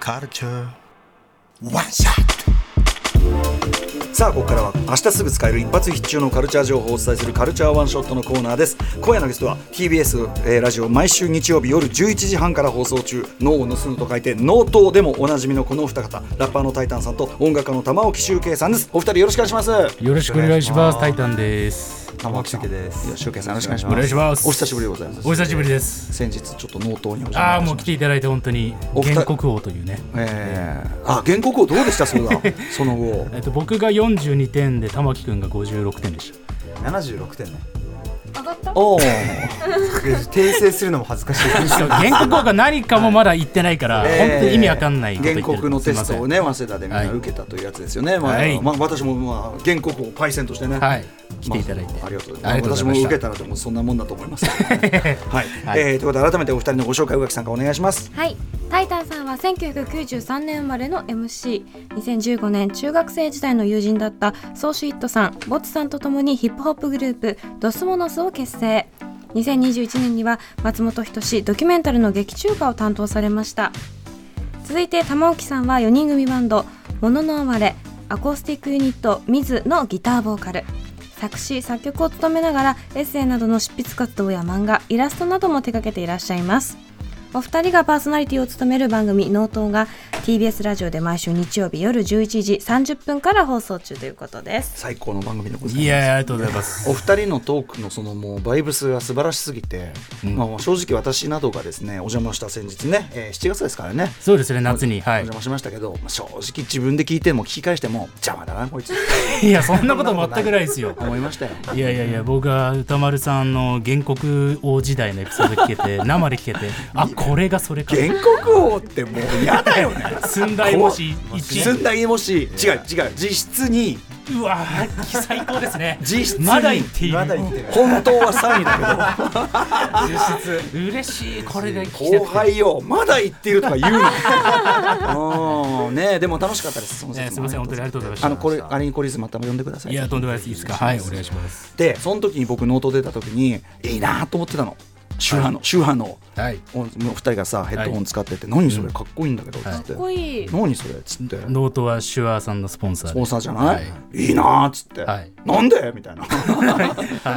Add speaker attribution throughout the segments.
Speaker 1: Culture One Shot
Speaker 2: さあここからは明日すぐ使える一発必中のカルチャー情報をお伝えするカルチャーワンショットのコーナーです今夜のゲストは TBS、えーラジオ毎週日曜日夜11時半から放送中「脳を盗む」と書いて「脳盗」でもおなじみのこのお二方ラッパーのタイタンさんと音楽家の玉置周慶さんですお二人よろしくお願いします
Speaker 3: よろしくお願いします。タイタンです。
Speaker 2: 玉置周慶です周慶さんよろしくお願いします
Speaker 3: お願いします
Speaker 2: お久しぶりでございます
Speaker 3: お久しぶりです。
Speaker 2: 先日ちょっと脳盗にお邪魔しました
Speaker 3: ああ、もう来ていただいて本当に
Speaker 2: お二人
Speaker 3: 原告王というね。
Speaker 2: えー、 あ原告をどうでしたそうだその後
Speaker 3: えっと僕が42点で玉木くんが56点でし
Speaker 4: 76点ね
Speaker 5: 上がった
Speaker 2: おお
Speaker 4: 訂正するのも恥ずかしい
Speaker 3: た。原告王が何かもまだ言ってな いから、 本当に意味わかんないこと言って
Speaker 2: 原
Speaker 3: る。
Speaker 2: 告のテス
Speaker 3: すい
Speaker 2: トを
Speaker 3: ません。
Speaker 2: ね早稲田でみんな受けたというやつですよね、まあ
Speaker 3: はい
Speaker 2: まあ、私も、まあ、原告をパイセンとしてね、
Speaker 3: はい。来ていただいて。
Speaker 2: まあありがとうご
Speaker 3: あ
Speaker 2: ざ
Speaker 3: り
Speaker 2: いま
Speaker 3: がとうご
Speaker 2: す。私も
Speaker 3: ざいま
Speaker 2: 受
Speaker 3: し
Speaker 2: け
Speaker 3: た。
Speaker 2: たらでもそんなもんだと思い ます。はい、えーということで改めてお二人のご紹介上木さんからお願いします。
Speaker 5: はいタイタンさんは1993年生まれの MC2015 年中学生時代の友人だったソーシュイットさんボツさんと共にヒップホップグループドスモノスを結成2021年には松本人志ドキュメンタルの劇中歌を担当されました続いて玉置さんは4人組バンド「もののあわれ」アコースティックユニット「ミズのギターボーカル作詞作曲を務めながらエッセイなどの執筆活動や漫画イラストなども手掛けていらっしゃいますお二人がパーソナリティを務める番組「ノートが TBS ラジオで毎週日曜日夜11時30分から放送中ということです
Speaker 2: 最高の番組でございます。
Speaker 3: いやいやありがとうございます。
Speaker 2: お二人のトークのそのもうバイブスが素晴らしすぎて、まあ、正直私などがですねお邪魔した先日ね、えー7月ですからね
Speaker 3: そうですね、夏に。
Speaker 2: お
Speaker 3: はい
Speaker 2: 邪。魔しましたけど、まあ正直自分で聞いても聞き返しても邪魔だな こいつ
Speaker 3: いや、そんなこと全くないですよ。
Speaker 2: 思いましたよ。
Speaker 3: いやいやいや、僕は歌丸さんの原告王時代のエピソード聞けて、生で聞けて、あ、これがそれか。
Speaker 2: 原告王ってもう嫌だよね
Speaker 3: 寸大もし
Speaker 2: 進
Speaker 3: 1
Speaker 2: んだもし違う違う実質に
Speaker 3: うわー最高ですね
Speaker 2: 実質に
Speaker 3: まだ言っている
Speaker 4: まだ言ってる
Speaker 2: 本当は3位だけど
Speaker 3: 嬉しいこれで聞きた
Speaker 2: 後
Speaker 3: くて
Speaker 2: 輩よまだ言ってるとか言う のうんねえでも楽しかったですその
Speaker 3: えー
Speaker 2: 説
Speaker 3: すみ
Speaker 2: も
Speaker 3: ません本当にありがとうございまし
Speaker 2: あの
Speaker 3: た
Speaker 2: これあれに懲りずまた呼んでください
Speaker 3: いやとんでもないですいいですかはいお願いします
Speaker 2: でその時に僕ノート出た時にいいなと思ってたの宗派の宗派の
Speaker 3: はい
Speaker 2: おお二人がさヘッドホン使ってて何それかっこいいんだけどっつって
Speaker 5: いい
Speaker 2: 何それっつって
Speaker 3: ノートはシュアーさんのスポンサー
Speaker 2: ス
Speaker 3: で
Speaker 2: ポンサーじゃない
Speaker 3: はい
Speaker 2: いいなっつって
Speaker 3: はい
Speaker 2: なんでみたいな
Speaker 3: は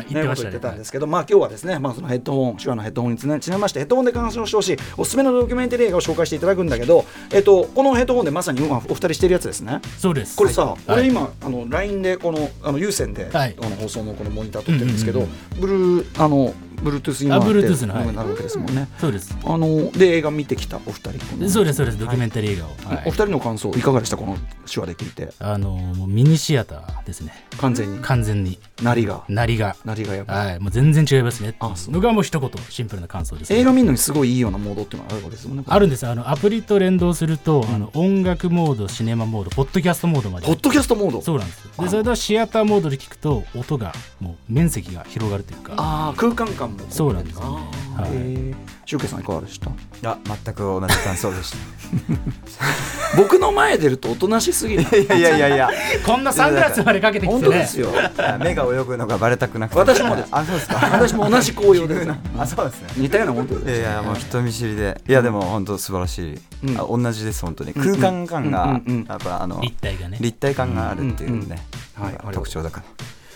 Speaker 3: い 言ってま
Speaker 2: ねこと言っ
Speaker 3: したね
Speaker 2: てたんですけど、まあ今日はですね、まあそのヘッドホン、手話のヘッドホンにつなちなみましてヘッドホンで鑑賞してほしいおすすめのドキュメンタリー映画を紹介していただくんだけど、えっとこのヘッドホンでまさに今お二人してるやつですね。
Speaker 3: そうです
Speaker 2: これさ、
Speaker 3: はい
Speaker 2: 俺今あの LINE でこのあの有線で、
Speaker 3: はい
Speaker 2: あの放送のこのモニター撮ってるんですけど、
Speaker 3: うん
Speaker 2: ブルーあの Bluetooth に
Speaker 3: あ
Speaker 2: もなって
Speaker 3: Bluetooth のはい
Speaker 2: なるわけですもんね。
Speaker 3: そうです
Speaker 2: あので映画見てきたお二人。この
Speaker 3: そうですそうですドキュメンタリー映画をは
Speaker 2: お二
Speaker 3: い
Speaker 2: 人の感想いかがでしたこの手話で聞いて
Speaker 3: あのもうミニシアターですね
Speaker 2: 完全に
Speaker 3: 完全に
Speaker 2: なりが
Speaker 3: なりが
Speaker 2: なりがやっぱ
Speaker 3: はいもう全然違いますね
Speaker 2: あそう
Speaker 3: のがもう一言シンプルな感想ですね
Speaker 2: 映画見るのにすごいいいようなモードっていうのがあるわけですもんね
Speaker 3: あるんですあのアプリと連動すると、あの音楽モードシネマモードポッドキャストモードまで
Speaker 2: ポッドキャストモード
Speaker 3: そうなんですでそれとシアターモードで聞くと音がもう面積が広がるというか
Speaker 2: ああ空間感も
Speaker 3: そうなんですよね
Speaker 2: あー
Speaker 3: はい
Speaker 2: へーシュウケイさんいかがでした
Speaker 4: あ全く同じ感想でし
Speaker 2: 僕の前出るとおとなしすぎ る
Speaker 4: た いやいやいや
Speaker 3: こんなサングラスまでかけてき
Speaker 2: 本
Speaker 3: て
Speaker 2: 当です
Speaker 3: ね
Speaker 2: よ
Speaker 4: 目が泳ぐのがバレたくなくて
Speaker 2: 私もです
Speaker 4: あそうです か
Speaker 2: 私も同じ紅葉です
Speaker 4: あそうですね
Speaker 2: 似たようなもんでござい
Speaker 4: い
Speaker 2: ます
Speaker 4: やいやもう人見知りでいやでも本当素晴らしい、あ同じです本当に空間感が
Speaker 2: うんうんうん
Speaker 4: やっぱあの
Speaker 3: 立体がね
Speaker 4: 立体感があるっていうね、
Speaker 2: うんうんうんはい
Speaker 4: やっぱ特徴だから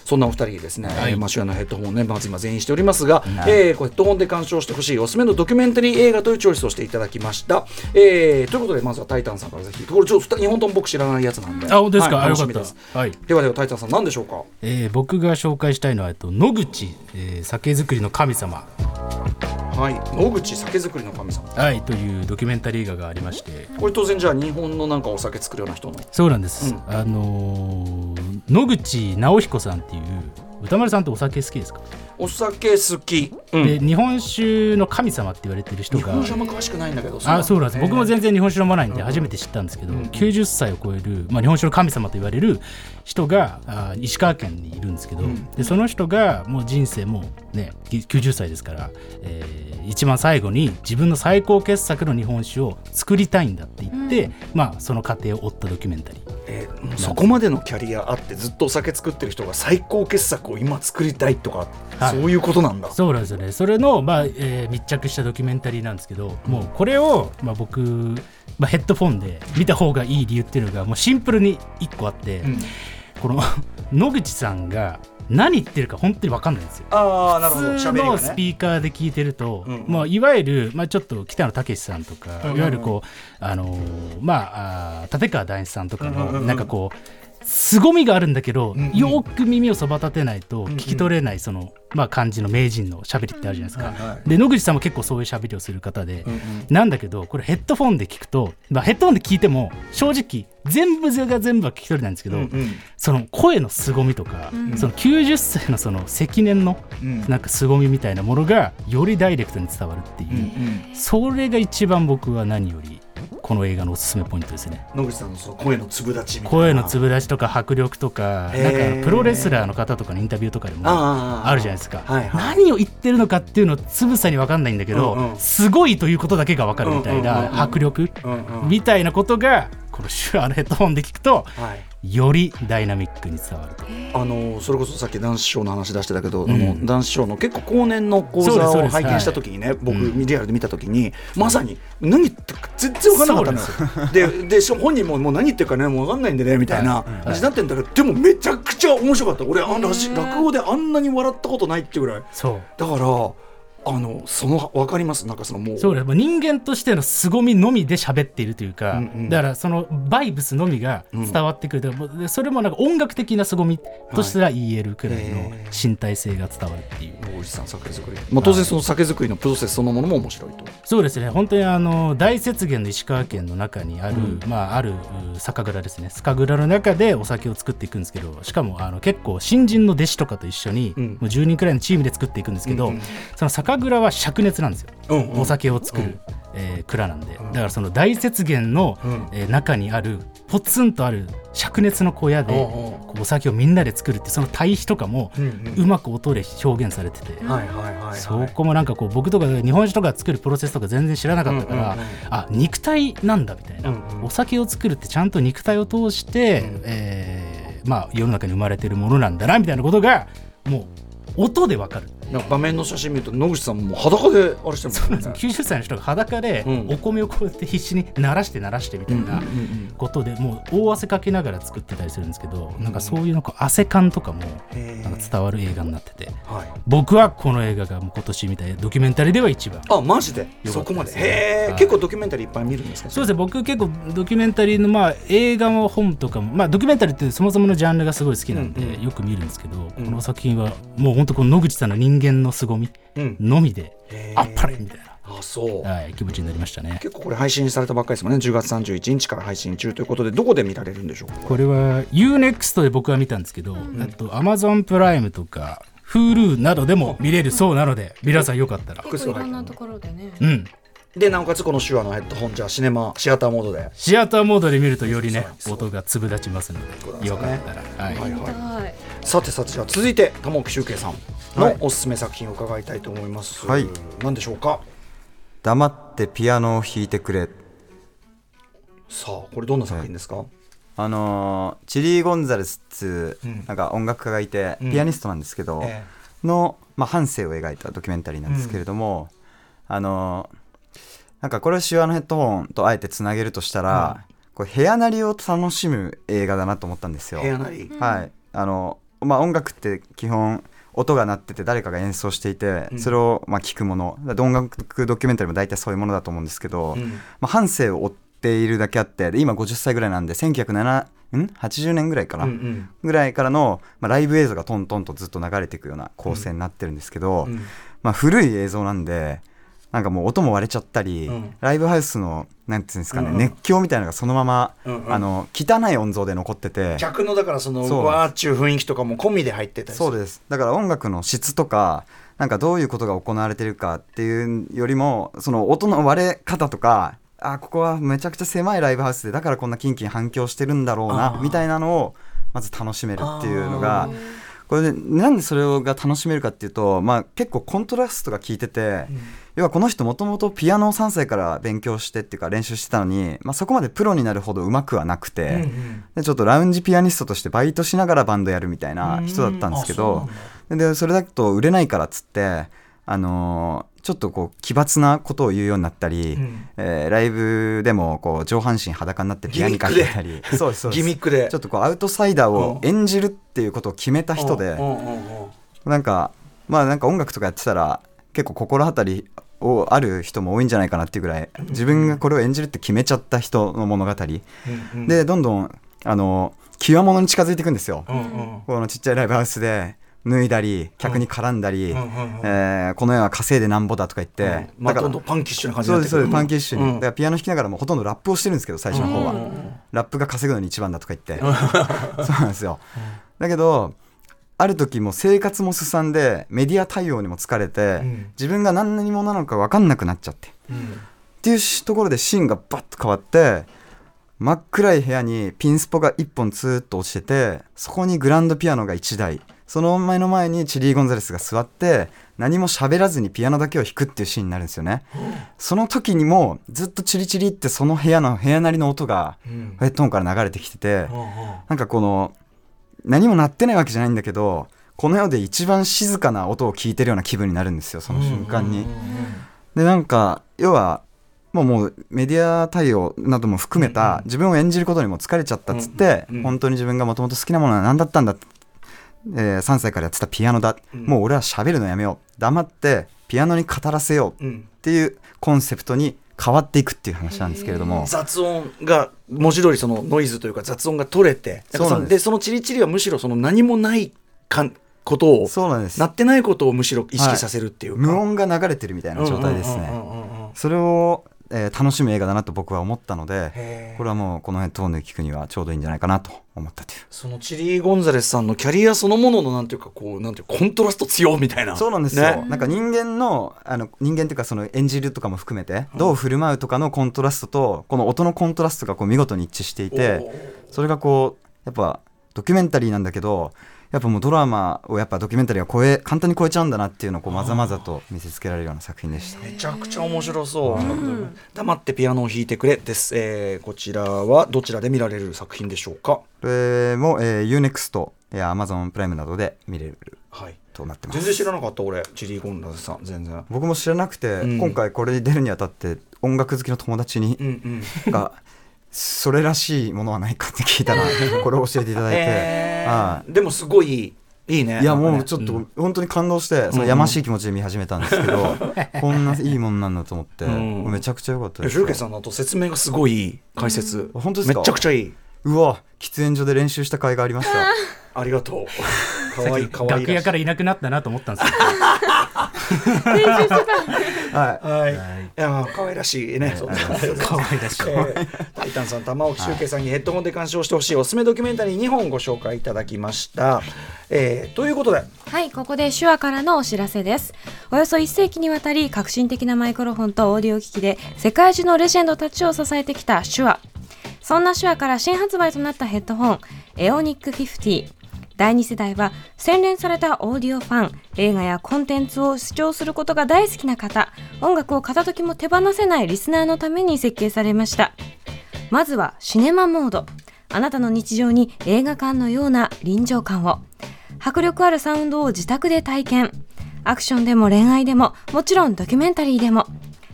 Speaker 2: そんなお二人ですね、えーマシュアのヘッドホンをね、まず今全員しておりますが、えーこれヘッドホンで鑑賞してほしいおすすめのドキュメンタリー映画というチョイスをしていただきました。えーということで、まずはタイタンさんからぜひ、これちょっと日本とも僕知らないやつなんで、
Speaker 3: あ本当ですか、
Speaker 2: はい
Speaker 3: あよ
Speaker 2: 楽し
Speaker 3: かっ
Speaker 2: み
Speaker 3: た
Speaker 2: です。
Speaker 3: はい
Speaker 2: ではでは、タイタンさん、何でしょうか
Speaker 3: えー僕が紹介したいのは、えっと、野口、えー酒造りの神様、
Speaker 2: はい、野口酒造りの神様。
Speaker 3: はい、というドキュメンタリー映画がありまして
Speaker 2: これ当然じゃあ日本のなんかお酒作るような人の
Speaker 3: そうなんで
Speaker 2: う
Speaker 3: す、
Speaker 2: ん
Speaker 3: あのー野口直彦さんっていう歌丸さんってお酒好きですか、
Speaker 2: お酒好き、うん
Speaker 3: で日本酒の神様って言われてる人
Speaker 2: 日
Speaker 3: が
Speaker 2: 本酒あんま詳しくないんだけど
Speaker 3: あそううなんです僕も全然日本酒飲まないんで初めて知ったんですけど、90歳を超える、まあ、日本酒の神様と言われる人があ石川県にいるんですけど、でその人がもう人生もうねき90歳ですから、えー一番最後に自分の最高傑作の日本酒を作りたいんだって言って、まあ、その過程を追ったドキュメンタリー
Speaker 2: えーもうそこまでのキャリアあってずっとお酒作ってる人が最高傑作を今作りたいとか、
Speaker 3: はい
Speaker 2: そういうことなんだ。
Speaker 3: そうなんですよねそれの、まあえー密着したドキュメンタリーなんですけどもうこれを、まあ、僕、まあ、ヘッドフォンで見た方がいい理由っていうのがもうシンプルに1個あって、
Speaker 2: ん
Speaker 3: この野口さんが何言ってるか本当に分かんないんですよ。
Speaker 2: ああなるほど
Speaker 3: 普通
Speaker 2: 喋り
Speaker 3: の
Speaker 2: が
Speaker 3: ス
Speaker 2: ね。
Speaker 3: ピーカーで聞いてると、
Speaker 2: うん
Speaker 3: まあ、いわゆる、まあ、ちょっと北野武さんとか、
Speaker 2: うんうん
Speaker 3: いわゆるこう、あのーまあ、あー立川談志さんとかの、
Speaker 2: うんうんうん
Speaker 3: なんかこう凄みがあるんだけど、
Speaker 2: んうん
Speaker 3: よーく耳をそば立てないと
Speaker 2: ん
Speaker 3: 聞き取れないその、まあ、感じの名人の喋りってあるじゃないですか。
Speaker 2: はいはい
Speaker 3: で野口さんも結構そういう喋りをする方で、
Speaker 2: うんうん
Speaker 3: なんだけどこれヘッドフォンで聞くと、まあ、ヘッドフォンで聞いても正直全部が全部は聞き取れないんですけど、その声の凄みとか、
Speaker 5: うん
Speaker 3: その90歳のその積年の
Speaker 2: うん
Speaker 3: なんか凄みみたいなものがよりダイレクトに伝わるっていう、
Speaker 2: うんうん
Speaker 3: それが一番僕は何よりこの映画のおすすめポイントですね
Speaker 2: 野口さんのその声の粒立ちみたいな
Speaker 3: 声の粒立ちとか迫力とか
Speaker 2: へ
Speaker 3: なん
Speaker 2: ー
Speaker 3: かプロレスラーの方とかのインタビューとかでも
Speaker 2: あ
Speaker 3: あるじ
Speaker 2: な
Speaker 3: ゃ
Speaker 2: い
Speaker 3: ないですか、
Speaker 2: はいはい
Speaker 3: 何を言ってるのかっていうのをつぶさに分かんないんだけど、
Speaker 2: うんうん
Speaker 3: すごいということだけが分かるみたい
Speaker 2: うんうんうんうん
Speaker 3: な迫力
Speaker 2: うんうん
Speaker 3: みたいなことがこのシュアのヘッドホンで聞くと
Speaker 2: はい
Speaker 3: よりダイナミックに伝わると。
Speaker 2: あのそれこそさっき男子賞の話出してたけど、
Speaker 3: ん
Speaker 2: あの男子賞の結構後年の講座
Speaker 3: そう
Speaker 2: を
Speaker 3: ですそう
Speaker 2: 拝
Speaker 3: です
Speaker 2: 見した時にね、僕、
Speaker 3: うん
Speaker 2: リアルで見た時にまさに何言ってるか全然分からなかったのよででしかも本人ももう何言ってるかねもう分かんないんでねみたいな感じになってんだけど、でもめちゃくちゃ面白かった俺あの落語であんなに笑ったことないっていうぐらい
Speaker 3: そう
Speaker 2: だからあのその分かりますなんかそのもう
Speaker 3: そうです人間としての凄みのみで喋っているというか、
Speaker 2: うんうん
Speaker 3: だからそのバイブスのみが伝わってくる、だからもうそれもなんか音楽的な凄みとしたら言えるくらいの身体性が伝わるっていう、
Speaker 2: 野口さん酒造り、まあ、当然その酒造りのプロセスそのものも面白いと。
Speaker 3: そうですね本当にあの大雪原の石川県の中にある、まあ、あるう酒蔵ですね酒蔵の中でお酒を作っていくんですけどしかもあの結構新人の弟子とかと一緒に、
Speaker 2: うん
Speaker 3: もう10人くらいのチームで作っていくんですけど、その酒蔵は灼熱なんですよ。
Speaker 2: うんうん
Speaker 3: お酒を作る、えー蔵なんで、だからその大雪原の、
Speaker 2: うん
Speaker 3: えー中にあるポツンとある灼熱の小屋で、
Speaker 2: おうお
Speaker 3: こうお酒をみんなで作るってその対比とかも、
Speaker 2: う
Speaker 3: うん
Speaker 2: うん
Speaker 3: まく音で表現されてて、
Speaker 2: はいはいはいはい
Speaker 3: そこもなんかこう僕とか日本酒とか作るプロセスとか全然知らなかったから、
Speaker 2: うんうんうん
Speaker 3: あ肉体なんだみたいな、
Speaker 2: うんうん
Speaker 3: お酒を作るってちゃんと肉体を通して、えーまあ、世の中に生まれてるものなんだなみたいなことがもう音でわかる。
Speaker 2: なんか場面の写真見ると野口さんもう裸であれしてるもんね。
Speaker 3: 90歳の人が裸で
Speaker 2: うん
Speaker 3: お米をこうやって必死に鳴らして鳴らしてみたいなことでもう大汗かきながら作ってたりするんですけどなんかそういうなんか汗感とかも
Speaker 2: へー
Speaker 3: なんか伝わる映画になってて
Speaker 2: はい。
Speaker 3: 僕はこの映画がもう今年みたいなドキュメンタリーでは一番
Speaker 2: あマジで
Speaker 3: ですね
Speaker 2: そこまで。
Speaker 3: はい
Speaker 2: へえ、結構ドキュメンタリーいっぱい見るんですか。
Speaker 3: そうですね僕結構ドキュメンタリーのまあ映画も本とかもまあドキュメンタリーってそもそものジャンルがすごい好きな
Speaker 2: う
Speaker 3: ん
Speaker 2: んうん
Speaker 3: でよく見るんですけどこの作品はもう本当この野口さんの人間の凄み
Speaker 2: うん
Speaker 3: のみで
Speaker 2: へー
Speaker 3: あっぱれみたい
Speaker 2: あそう。
Speaker 3: なはい気持ちになりましたね。
Speaker 2: 結構これ配信されたばっかりですもんね。10月31日から配信中ということでどこで見られるんでしょうか。
Speaker 3: これは UNEXT で僕は見たんですけど、あと Amazon プライムとか Hulu などでも見れるそうなので皆さんよかったら、
Speaker 5: 結構いろんなところでね。
Speaker 3: うん、
Speaker 2: でなおかつこの手話のヘッドホンじゃあシネマシアターモードで。
Speaker 3: シアターモードで見るとよりね音が粒立ちますのでよかったら、はい
Speaker 2: はいはい。
Speaker 5: はい。
Speaker 2: さてさてじゃあ続いて玉置周慶さん
Speaker 4: は
Speaker 2: の
Speaker 4: い
Speaker 2: おすすめ作品を伺いたいと思います。
Speaker 4: はい。
Speaker 2: 何でしょうか。
Speaker 4: 黙ってピアノを弾いてくれ
Speaker 2: さあこれどんな作品ですか。
Speaker 4: あのーチリー・ゴンザレスっつう、なんか音楽家がいて、ピアニストなんですけど、
Speaker 2: え
Speaker 4: の、まあ、半生を描いたドキュメンタリーなんですけれども、あのーなんかこれを手話のヘッドホンとあえてつなげるとしたら、こう部屋なりを楽しむ映画だなと思ったんですよ。
Speaker 2: 部屋なり。
Speaker 4: はいあのまあ、音楽って基本音が鳴ってて誰かが演奏していてそれをまあ聞くものだって音楽ドキュメンタリーも大体そういうものだと思うんですけど、まあ、半生を追っているだけあってで今50歳ぐらいなんで1970ん80年ぐらいかな、
Speaker 2: うん
Speaker 4: ぐらいからの、まあ、ライブ映像がトントンとずっと流れていくような構成になってるんですけど、まあ、古い映像なんでなんかもう音も割れちゃったり、
Speaker 2: ん
Speaker 4: ライブハウスのなんていうんですかね、
Speaker 2: うんうん
Speaker 4: 熱狂みたいなのがそのまま、
Speaker 2: うんうん
Speaker 4: あの汚い音像で残ってて。
Speaker 2: 客のだからその
Speaker 4: そう
Speaker 2: わーっちゅう雰囲気とかも込みで入ってたり
Speaker 4: そうですだから音楽の質とかなんかどういうことが行われてるかっていうよりもその音の割れ方とかあここはめちゃくちゃ狭いライブハウスでだからこんなキンキン反響してるんだろうなみたいなのをまず楽しめるっていうのがこれでなんでそれが楽しめるかっていうと、まあ、結構コントラストが効いてて、要はこの人もともとピアノを3歳から勉強してっていうか練習してたのに、まあ、そこまでプロになるほど上手くはなくて、でちょっとラウンジピアニストとしてバイトしながらバンドやるみたいな人だったんですけど、でそれだと売れないからっつって、あのーちょっとこう奇抜なことを言うようになったり、
Speaker 2: うん
Speaker 4: えーライブでもこう上半身裸になってピアニカけたりそうですそうで
Speaker 2: ギ
Speaker 4: す
Speaker 2: ミック で
Speaker 4: ちょっとこうアウトサイダーを
Speaker 2: うん
Speaker 4: 演じるっていうことを決めた人で、
Speaker 2: うんうんうんうん
Speaker 4: なんかまあなんか音楽とかやってたら結構心当たりをある人も多いんじゃないかなっていうぐらい自分がこれを演じるって決めちゃった人の物語、
Speaker 2: うんうん、
Speaker 4: でどんどんあの極物に近づいていくんですよ、
Speaker 2: うんうん
Speaker 4: このちっちゃいライブハウスで脱いだり客に絡んだり、
Speaker 2: うんうんうん
Speaker 4: えーこの世は稼いでなんぼだとか言って、
Speaker 2: うんまあ、
Speaker 4: だか
Speaker 2: ど
Speaker 4: ら
Speaker 2: んどんパンキッシュな感じ
Speaker 4: そう
Speaker 2: にな
Speaker 4: で
Speaker 2: って
Speaker 4: すそうですパンキ
Speaker 2: ッ
Speaker 4: ッシュに、
Speaker 2: うん
Speaker 4: だからピアノ弾きながらもうほとんどラップをしてるんですけど最初の方は、ラップが稼ぐのに一番だとか言って そうなんですよ、だけどある時もう生活もすさんでメディア対応にも疲れて、
Speaker 2: うん
Speaker 4: 自分が何者なのか分かんなくなっちゃってっていうしところでシーンがバッと変わって真っ暗い部屋にピンスポが1本ツーッと落ちててそこにグランドピアノが1台その前の前にチリー・ゴンザレスが座って何も喋らずにピアノだけを弾くっていうシーンになるんですよねその時にもずっとチリチリってその部屋の部屋なりの音が
Speaker 2: うん
Speaker 4: ヘッドホンから流れてきてて
Speaker 2: うんうん
Speaker 4: なんかこの何も鳴ってないわけじゃないんだけどこの世で一番静かな音を聞いてるような気分になるんですよその瞬間に。でなんか要はもうもうメディア対応なども含めた自分を演じることにも疲れちゃったっつって、
Speaker 2: うんうん
Speaker 4: 本当に自分がもともと好きなものは何だったんだ、えー3歳からやってたピアノだ、
Speaker 2: ん
Speaker 4: もう俺は喋るのやめよう黙ってピアノに語らせよう
Speaker 2: う
Speaker 4: っ
Speaker 2: ん
Speaker 4: ていうコンセプトに変わっていくっていう話なんですけれども、
Speaker 2: 雑音が文字通りそのノイズというか雑音が取れて
Speaker 4: そうなんです
Speaker 2: でそのチリチリはむしろその何もないかんことを
Speaker 4: そうなんです
Speaker 2: なってないことをむしろ意識させるっていうか、
Speaker 4: 無音が流れてるみたいな状態ですね、
Speaker 2: うんうんうんうんうん
Speaker 4: それを、えー楽しむ映画だなと僕は思ったの
Speaker 2: へ
Speaker 4: で
Speaker 2: ー
Speaker 4: これはもうこのヘッドホンで聞くにはちょうどいいんじゃないかなと思ったという
Speaker 2: そのチリー・ゴンザレスさんのキャリアそのもののなんていうかこうなんていうかコントラスト強みたいな
Speaker 4: そうなんですよ、
Speaker 2: ね
Speaker 4: なんか人間のあの人間というかその演じるとかも含めてどう振る舞うとかのコントラストとこの音のコントラストがこう見事に一致してい
Speaker 2: お
Speaker 4: て
Speaker 2: ー
Speaker 4: それがこうやっぱドキュメンタリーなんだけどやっぱもうドラマをやっぱドキュメンタリーは超え簡単に超えちゃうんだなっていうのをこうまざまざと見せつけられるような作品でした。
Speaker 2: めちゃくちゃ面白そう、黙ってピアノを弾いてくれです、えーこちらはどちらで見られる作品でしょうか
Speaker 4: これも、えー、UNEXT や Amazon プライムなどで見れる
Speaker 2: はい
Speaker 4: となってま
Speaker 2: 全
Speaker 4: す
Speaker 2: 然知らなかった俺チリー・ゴンザレスさん全然
Speaker 4: 僕も知らなくて、
Speaker 2: うん
Speaker 4: 今回これに出るにあたって音楽好きの友達に
Speaker 2: うんうん
Speaker 4: がそれらしいものはないかって聞いたらこれを教えていただいて、
Speaker 2: えー
Speaker 4: は
Speaker 2: でもすごいいいね
Speaker 4: い、いやも
Speaker 2: なん
Speaker 4: う
Speaker 2: かね
Speaker 4: ちょっと本当に感動して、そのやましい気持ちで見始めたんですけど、こんないいもんなんだと思って、
Speaker 2: うん
Speaker 4: めちゃくちゃ良かった
Speaker 2: いや
Speaker 4: で
Speaker 2: シ
Speaker 4: す
Speaker 2: ュウケイさんの後説明がすごいいい解説
Speaker 4: うん本当ですか
Speaker 2: めちゃくちゃいいう
Speaker 4: わ喫煙所で練習した甲斐がありました
Speaker 2: ありがと うかわいいかわいい
Speaker 3: 楽屋からいなくなったなと思ったんですけ
Speaker 4: はい
Speaker 2: はい、いや可愛らしいね、そう可愛らしい。 えータイタンさん、玉置周慶さんにヘッドホンで鑑賞してほしいおすすめドキュメンタリー2本ご紹介いただきました。えーということで、
Speaker 5: はい、ここで手話からのお知らせです。およそ1世紀にわたり革新的なマイクロフォンとオーディオ機器で世界中のレジェンドたちを支えてきた手話。そんな手話から新発売となったヘッドホン、エオニック50。第2世代は洗練されたオーディオファン、映画やコンテンツを視聴することが大好きな方、音楽を片時も手放せないリスナーのために設計されました。まずはシネマモード。あなたの日常に映画館のような臨場感を。迫力あるサウンドを自宅で体験。アクションでも恋愛でも、もちろんドキュメンタリーでも。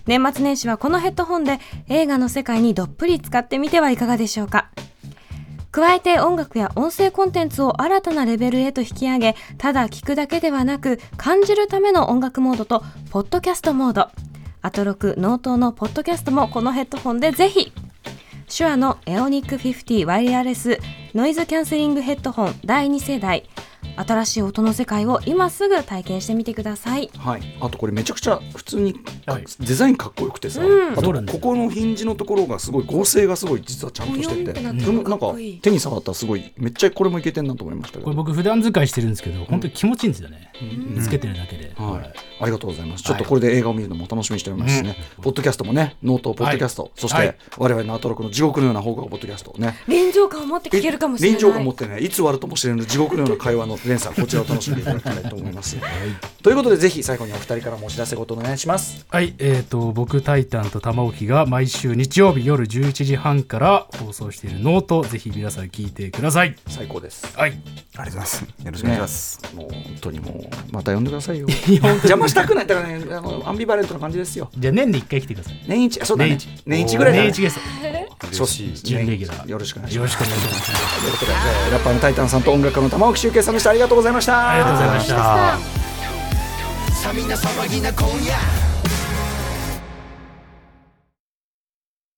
Speaker 5: 年末年始はこのヘッドホンで映画の世界にどっぷり使ってみてはいかがでしょうか。加えて音楽や音声コンテンツを新たなレベルへと引き上げ、ただ聞くだけではなく、感じるための音楽モードと、ポッドキャストモード。アトロク、ノートのポッドキャストもこのヘッドホンでぜひ手話のエオニック50ワイヤレスノイズキャンセリングヘッドホン第2世代新しい音の世界を今すぐ体験してみてください
Speaker 2: はい、あとこれめちゃくちゃ普通にか
Speaker 3: はい
Speaker 2: デザインかっこよくてさ、
Speaker 5: うん
Speaker 2: あ
Speaker 3: そ
Speaker 2: と
Speaker 3: うなんです
Speaker 2: こ
Speaker 3: よ
Speaker 2: このヒンジのところがすごい合成がすごい実はちゃんとして
Speaker 5: ボヨンって
Speaker 2: て、
Speaker 5: なってる
Speaker 2: でもなん
Speaker 5: かっ
Speaker 2: か
Speaker 5: こいい
Speaker 2: 手に触ったらすごいめっちゃこれもいけてんなと思いましたけ
Speaker 3: どこれ
Speaker 2: ど。
Speaker 3: 僕普段使いしてるんですけど本当に気持ちいいんですよね、
Speaker 2: うん
Speaker 3: つけてるだけで、
Speaker 2: はい、ありがとうございます。ちょっとこれで映画を見るのも楽しみにしておりますしね、ポッドキャストもね、ノート、ポッドキャスト、
Speaker 3: はい
Speaker 2: そし
Speaker 3: は
Speaker 2: て
Speaker 3: い
Speaker 2: 我々のアトロクの地獄のような放課後ポッドキャストをね、
Speaker 5: 臨場感を持って聞けるかもしれない
Speaker 2: 臨場感持ってねいつ終わるともしれぬ地獄のような会話の連鎖こちらを楽しんでいただきたいと思います。ということでぜひ最後にお二人からもお知らせごとお願いします。
Speaker 3: はい、えー、と僕タイタンと玉置が毎週日曜日夜11時半から放送しているノートぜひ皆さん聞いてください
Speaker 2: 最高です。
Speaker 3: はい
Speaker 4: ありがとうございます。よろしくお願いします。
Speaker 2: もう本当にもうまた呼んでくだ さいよ。邪魔したくないだからねあのアンビバレントな感じですよ。
Speaker 3: じゃあ年に一回来てください
Speaker 2: 年一あそうだね
Speaker 3: 年一
Speaker 2: 年一ぐらいだね
Speaker 3: 年一です
Speaker 2: そうです
Speaker 3: 準レギュラー
Speaker 2: よろしくお願いし
Speaker 3: よ
Speaker 2: ま
Speaker 3: ろ
Speaker 2: す。
Speaker 3: しくお願いします
Speaker 2: ということで、えーラッパーのタイタンさんと音楽家の玉置周慶さんでした。ありがとうございました。
Speaker 3: ありがとうございました
Speaker 5: さあ
Speaker 1: サビな騒ぎな今夜